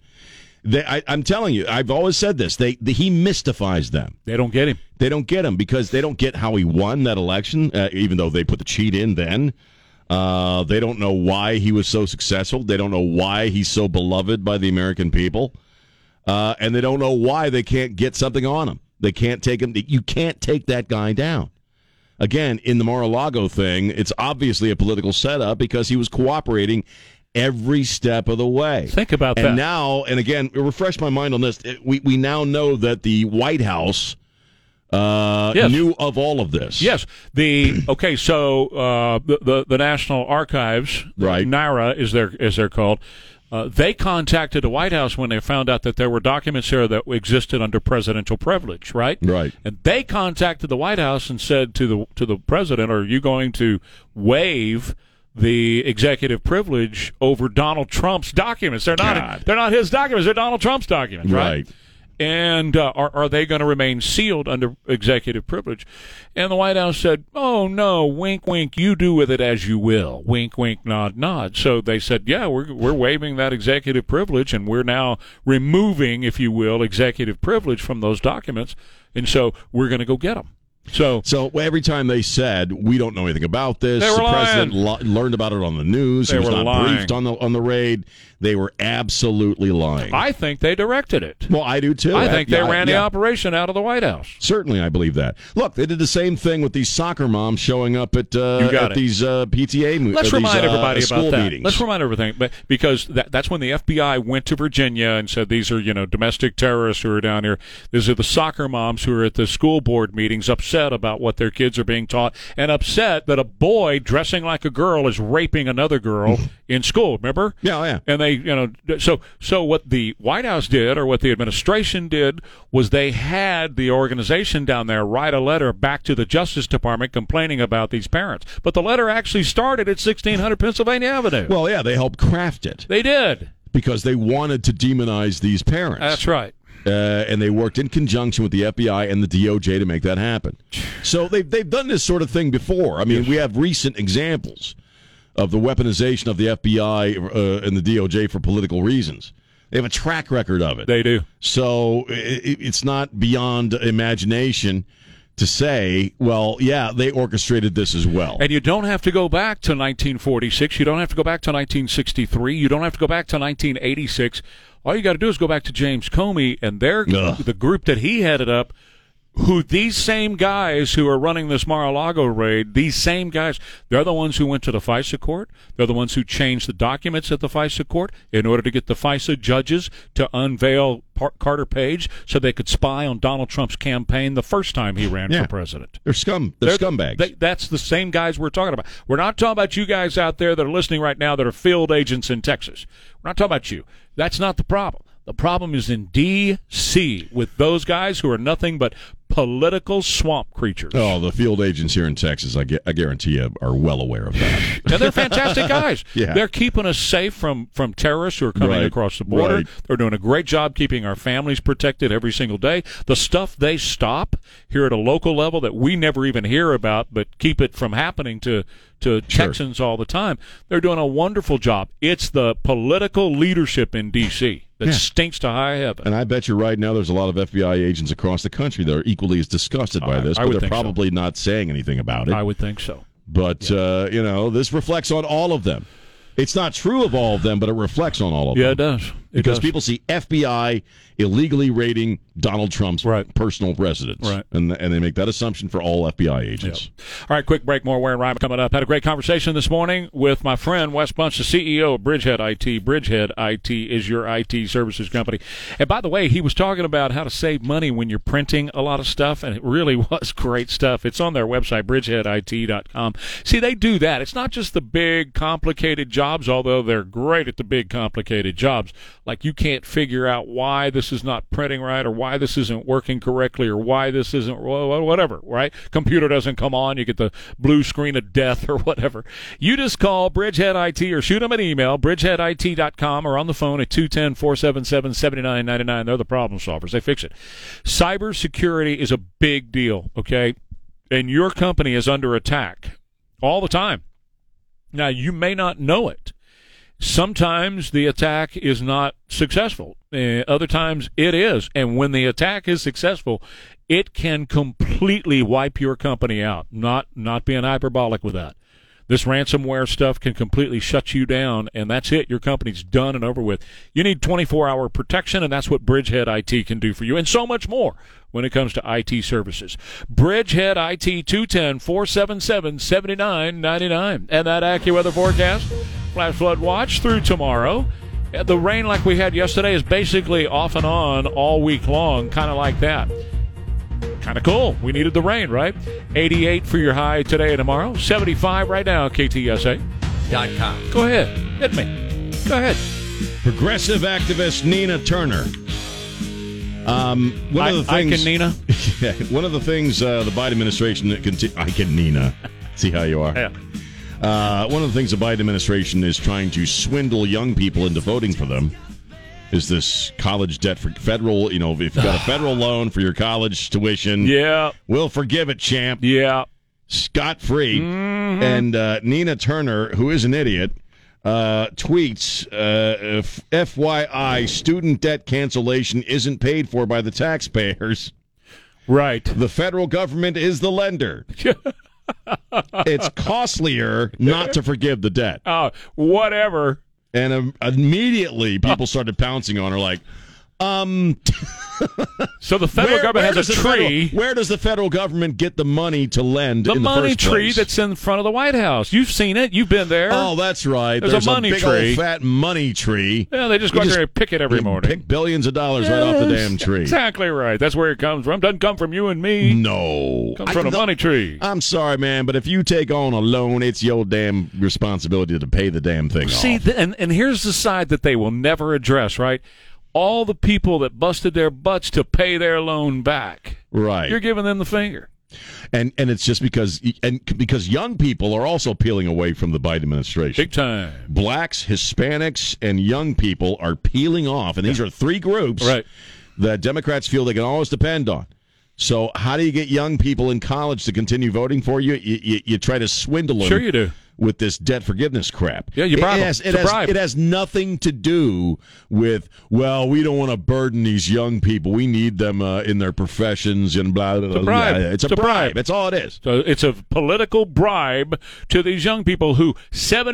They, I, I'm telling you, I've always said this. They, the, he mystifies them. they don't get him. They don't get him because they don't get how he won that election, uh, even though they put the cheat in then. Uh, they don't know why he was so successful. They don't know why he's so beloved by the American people. Uh, and they don't know why they can't get something on him. They can't take him. You can't take that guy down. Again, in the Mar a Lago thing, it's obviously a political setup because he was cooperating every step of the way. Think about and that. now, and again, refresh my mind on this. It- we, we now know that the White House uh, Yes. knew of all of this. Yes. The okay. So uh, the, the the National Archives, Right. NARA is their is they're called. Uh, they contacted the White House when they found out that there were documents here that existed under presidential privilege, right? Right. And they contacted the White House and said to the to the president, "Are you going to waive the executive privilege over Donald Trump's documents? They're not God. they're not his documents. They're Donald Trump's documents, right?" Right. And uh, are, are they going to remain sealed under executive privilege? And the White House said, "Oh no, wink, wink. You do with it as you will. Wink, wink, nod, nod." So they said, "Yeah, we're we're waiving that executive privilege, and we're now removing, if you will, executive privilege from those documents, and so we're going to go get them." So So well, every time they said we don't know anything about this, They were the president lo- learned about it on the news. They he was were not lying. briefed on the on the raid. They were absolutely lying. I think they directed it. well, I do too. I think they yeah, ran the yeah. operation out of the White House. Certainly, I believe that. Look, they did the same thing with these soccer moms showing up at uh, You got at it. these uh, PTA. mo- Let's or these, remind uh, everybody school about that. meetings. Let's remind everything, but because that, that's when the FBI went to Virginia and said these are you know domestic terrorists who are down here. These are the soccer moms who are at the school board meetings, upset about what their kids are being taught, and upset that a boy dressing like a girl is raping another girl in school. Remember? Yeah, yeah. And they you know d- so so what the White House did or what the administration did was they had the organization down there write a letter back to the Justice Department complaining about these parents, but the letter actually started at 1600 Pennsylvania Avenue. well, yeah, they helped craft it They did. because they wanted to demonize these parents. That's right. uh, and they worked in conjunction with the FBI and the DOJ to make that happen. So they've they've done this sort of thing before. I mean, we have recent examples of the weaponization of the FBI uh, and the DOJ for political reasons. They have a track record of it. They do. so i i- it's not beyond imagination to say, well, yeah, they orchestrated this as well. And you don't have to go back to 1946. You don't have to go back to 1963. You don't have to go back to 1986. All you got to do is go back to James Comey and their Ugh. the group that he headed up. Who these same guys who are running this Mar-a-Lago raid? These same guys. They're the ones who went to the FISA court. They're the ones who changed the documents at the FISA court in order to get the FISA judges to unveil Par- Carter Page so they could spy on Donald Trump's campaign the first time he ran Yeah. for president. They're scum. They're, scumbags. They, that's the same guys we're talking about. We're not talking about you guys out there that are listening right now that are field agents in Texas. We're not talking about you. That's not the problem. The problem is in D.C. with those guys who are nothing but political swamp creatures. Oh, the field agents here in Texas, I, gu- I guarantee you, are well aware of that. And they're fantastic guys. Yeah. They're keeping us safe from, from terrorists who are coming Right. across the border. Right. They're doing a great job keeping our families protected every single day. The stuff they stop here at a local level that we never even hear about, but keep it from happening to, to Texans all the time, they're doing a wonderful job. It's the political leadership in D.C. that stinks to high heaven. and I bet you right now there's a lot of FBI agents across the country that are equally as disgusted by I- this, I but would they're think so. probably not saying anything about it. I would think so. but, uh, you know, this reflects on all of them. It's not true of all of them, but it reflects on all of Yeah, them. it does. It because does. people see FBI illegally raiding Donald Trump's Right. personal residence, Right. and and they make that assumption for all FBI agents. All right, quick break. More Warren Ryman coming up. Had a great conversation this morning with my friend Wes Bunch, the CEO of Bridgehead IT. Bridgehead IT is your IT services company. And by the way, he was talking about how to save money when you're printing a lot of stuff, and it really was great stuff. It's on their website, bridgeheadit.com. See, they do that. It's not just the big, complicated jobs, although they're great at the big, complicated jobs. Like you can't figure out why this is not printing right or why this isn't working correctly or why this isn't wha- wha- whatever, right? Computer doesn't come on. You get the blue screen of death or whatever. You just call Bridgehead IT or shoot them an email, bridgeheadit.com or on the phone at 210 477 7999. They're the problem solvers. They fix it. Cybersecurity is a big deal, okay? And your company is under attack all the time. Now, you may not know it. Sometimes the attack is not successful. Uh, other times it is. And when the attack is successful, it can completely wipe your company out. Not not being hyperbolic with that. This ransomware stuff can completely shut you down, and that's it. Your company's done and over with. You need 24 hour protection, and that's what Bridgehead IT can do for you, and so much more when it comes to IT services. Bridgehead IT 210 477 7999. And that AccuWeather forecast, flash flood watch through tomorrow. Uh, The rain like we had yesterday is basically off and on all week long, kind of like that kind of cool. We needed the rain, right? 88 for your high today and tomorrow. 75 right now, KTSA. .com. Go ahead. Hit me. Go ahead. Progressive activist Nina Turner. Um, one I, of the I things, can Nina. Yeah, one of the things uh, the Biden administration that conti- I can Nina. See how you are. Yeah. Uh, one of the things the Biden administration is trying to swindle young people into voting for them is this college debt for federal. You know, if you've got a federal loan for your college tuition, Yeah. we'll forgive it, champ. Yeah. scot free. And uh, Nina Turner, who is an idiot, uh, tweets uh, if FYI, student debt cancellation isn't paid for by the taxpayers. Right. The federal government is the lender. it's costlier not to forgive the debt. Uh, whatever. And um, immediately people started pouncing on her like, um, So the federal where- government where has a does the federal- tree. where does the federal government get the money to lend the in money the first tree place? that's in front of the White House. You've seen it. You've been there. Oh, that's right. There's a money big tree. Old fat money tree. yeah, they just You go out just- there and pick it every You morning. Pick billions of dollars right off the damn tree. Exactly right. That's where it comes from. Doesn't come from you and me. No. Comes from a money tree. I'm sorry, man, but if you take on a loan, it's your damn responsibility to pay the damn thing See, off. th- and and here's the side that they will never address, right? All the people that busted their butts to pay their loan back, Right. you're giving them the finger. and and it's just because and because young people are also peeling away from the Biden administration. Big time. Blacks, Hispanics, and young people are peeling off, and these are three groups Right. that Democrats feel they can always depend on. So, how do you get young people in college to continue voting for you? You, you, you try to swindle them. Sure you do. With this debt forgiveness crap. Yeah, you bribe it, it, 'em. has, it, It's a has, bribe. it has nothing to do with, well, we don't want to burden these young people. We need them uh, in their professions and blah, blah, blah. a bribe. blah. It's a It's a bribe. bribe. That's all it is. So it's a political bribe to these young people who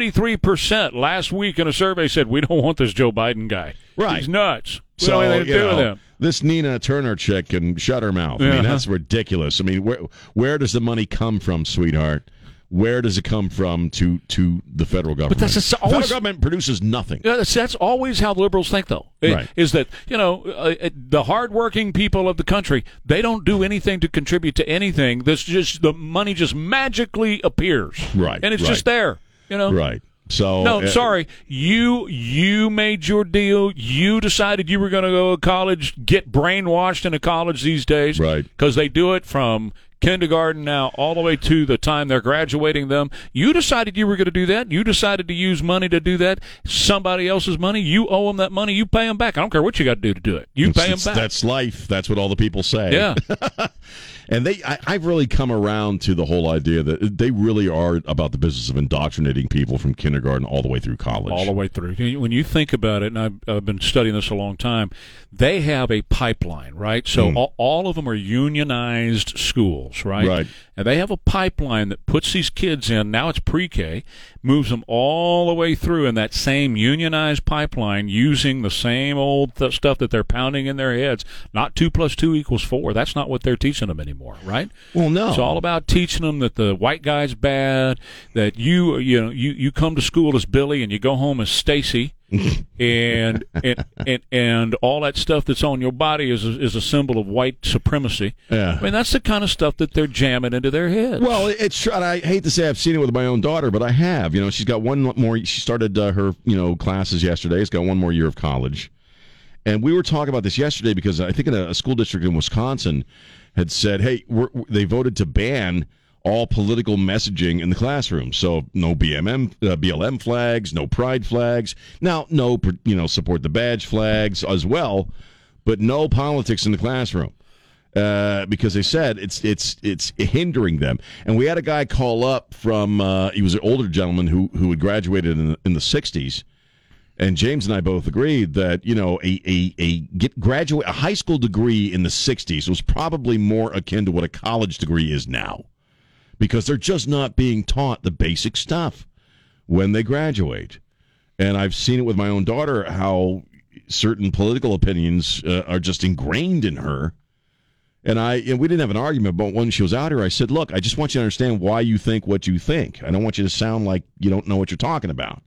73% last week in a survey said, we don't want this Joe Biden guy. Right. He's nuts. We So don't have anything you to do with know, him. this Nina Turner chick can shut her mouth. I mean, Uh-huh. that's ridiculous. I mean, where where does the money come from, sweetheart? Where does it come from to to the federal government? that's just always- federal government produces nothing. Yeah, That's, that's always how liberals think, though. i- Right. Is that you know uh, uh, the hardworking people of the country they don't do anything to contribute to anything. This just the money just magically appears, Right, And it's right. just there, you know. Right. So No, uh, sorry. You you made your deal. You decided you were going to go to college. Get brainwashed into college these days, Right. Because they do it from kindergarten now all the way to the time they're graduating them. You decided you were going to do that. You decided to use money to do that. Somebody else's money. You owe them that money. You pay them back. I don't care what you got to do to do it. You it's- pay them it's- back. That's life. That's what all the people say. yeah. And they, I, I've really come around to the whole idea that they really are about the business of indoctrinating people from kindergarten all the way through college. All the way through. You- When you think about it, and I've, I've been studying this a long time, they have a pipeline, right? So Hmm. all, all of them are unionized schools, right? Right. And they have a pipeline that puts these kids in. Now it's pre-K, moves them all the way through in that same unionized pipeline, using the same old th- stuff that they're pounding in their heads. Not two plus two equals four. That's not what they're teaching them anymore, right? Well, no. It's all about teaching them that the white guy's bad, that you you know you, you come to school as Billy and you go home as Stacy, and, and and and all that stuff that's on your body is a, is a symbol of white supremacy. Yeah. I mean that's the kind of stuff that they're jamming into their heads. Well, it- it's true. and I hate to say I've seen it with my own daughter, but I have. You know, she's got one more. She started uh, her you know classes yesterday. She's got one more year of college, and we were talking about this yesterday because I think in a, a school district in Wisconsin had said, "Hey, we're, they voted to ban." All political messaging in the classroom, so no BMM, uh, BLM flags, no pride flags. Now, no, you know, support the badge flags as well, but no politics in the classroom uh, because they said it's it's it's hindering them. And we had a guy call up from uh, he was an older gentleman who who had graduated in the, in the '60s, and James and I both agreed that you know a a, a get graduate a high school degree in the '60s was probably more akin to what a college degree is now, because they're just not being taught the basic stuff when they graduate. And I've seen it with my own daughter how certain political opinions uh, are just ingrained in her. And I and we didn't have an argument, but when she was out here, I said, "Look, I just want you to understand why you think what you think. I don't want you to sound like you don't know what you're talking about,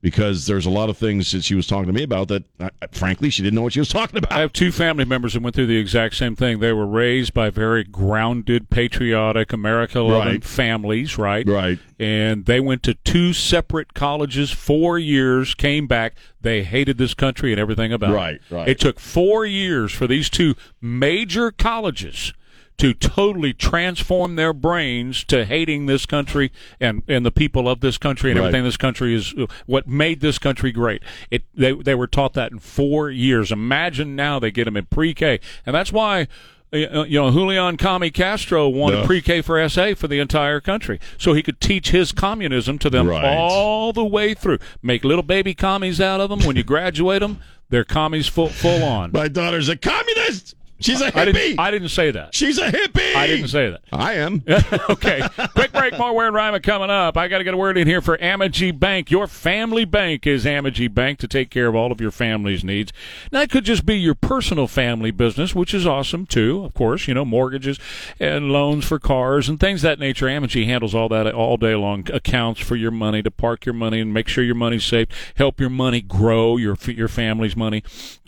because there's a lot of things that she was talking to me about that, uh, frankly, she didn't know what she was talking I about." have two family members that went through the exact same thing. They were raised by very grounded, patriotic, America loving Right. families, right? Right. And they went to two separate colleges, four years, came back. They hated this country and everything about Right, it. right. It took four years for these two major colleges to totally transform their brains to hating this country and, and the people of this country and Right. everything this country is what made this country great. It they they were taught that in four years. Imagine now they get them in pre-K, and that's why. uh, You know, Julian Cami Castro wanted Ugh. pre-K for SA for the entire country, so he could teach his communism to them Right. all the way through. Make little baby commies out of them. When you graduate them, they're commies full full on. My daughter's a communist. She's a I hippie. didn't. I didn't say that. She's a hippie. I didn't say that. I am. okay. Quick break. More Ware and Rima coming up. I got to get a word in here for Amagi Bank. Your family bank is Amagi Bank to take care of all of your family's needs. Now, it could just be your personal family business, which is awesome too. Of course, you know, mortgages and loans for cars and things of that nature. Amagi handles all that all day long. Accounts for your money to park your money and make sure your money's safe. Help your money grow, your your family's money,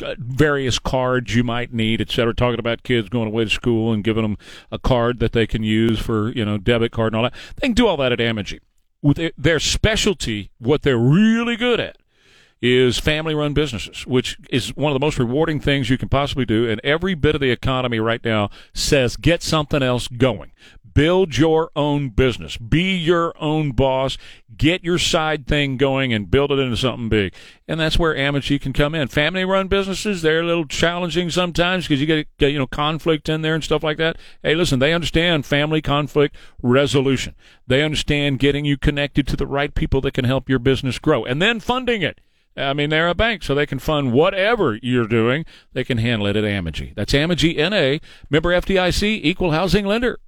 uh, various cards you might need, et cetera. Talking about kids going away to school and giving them a card that they can use for you know debit card and all that. They can do all that at Amagi. With their- their specialty, what they're really good at is family run businesses, which is one of the most rewarding things you can possibly do. And every bit of the economy right now says get something else going. Build your own business. Be your own boss. Get your side thing going and build it into something big. And that's where Amagi can come in. Family run businesses, they're a little challenging sometimes because you get, you know, conflict in there and stuff like that. Hey, listen, they understand family conflict resolution. They understand getting you connected to the right people that can help your business grow and then funding it. I mean, they're a bank, so they can fund whatever you're doing. They can handle it at Amagi. That's Amagi NA, member FDIC, equal housing lender.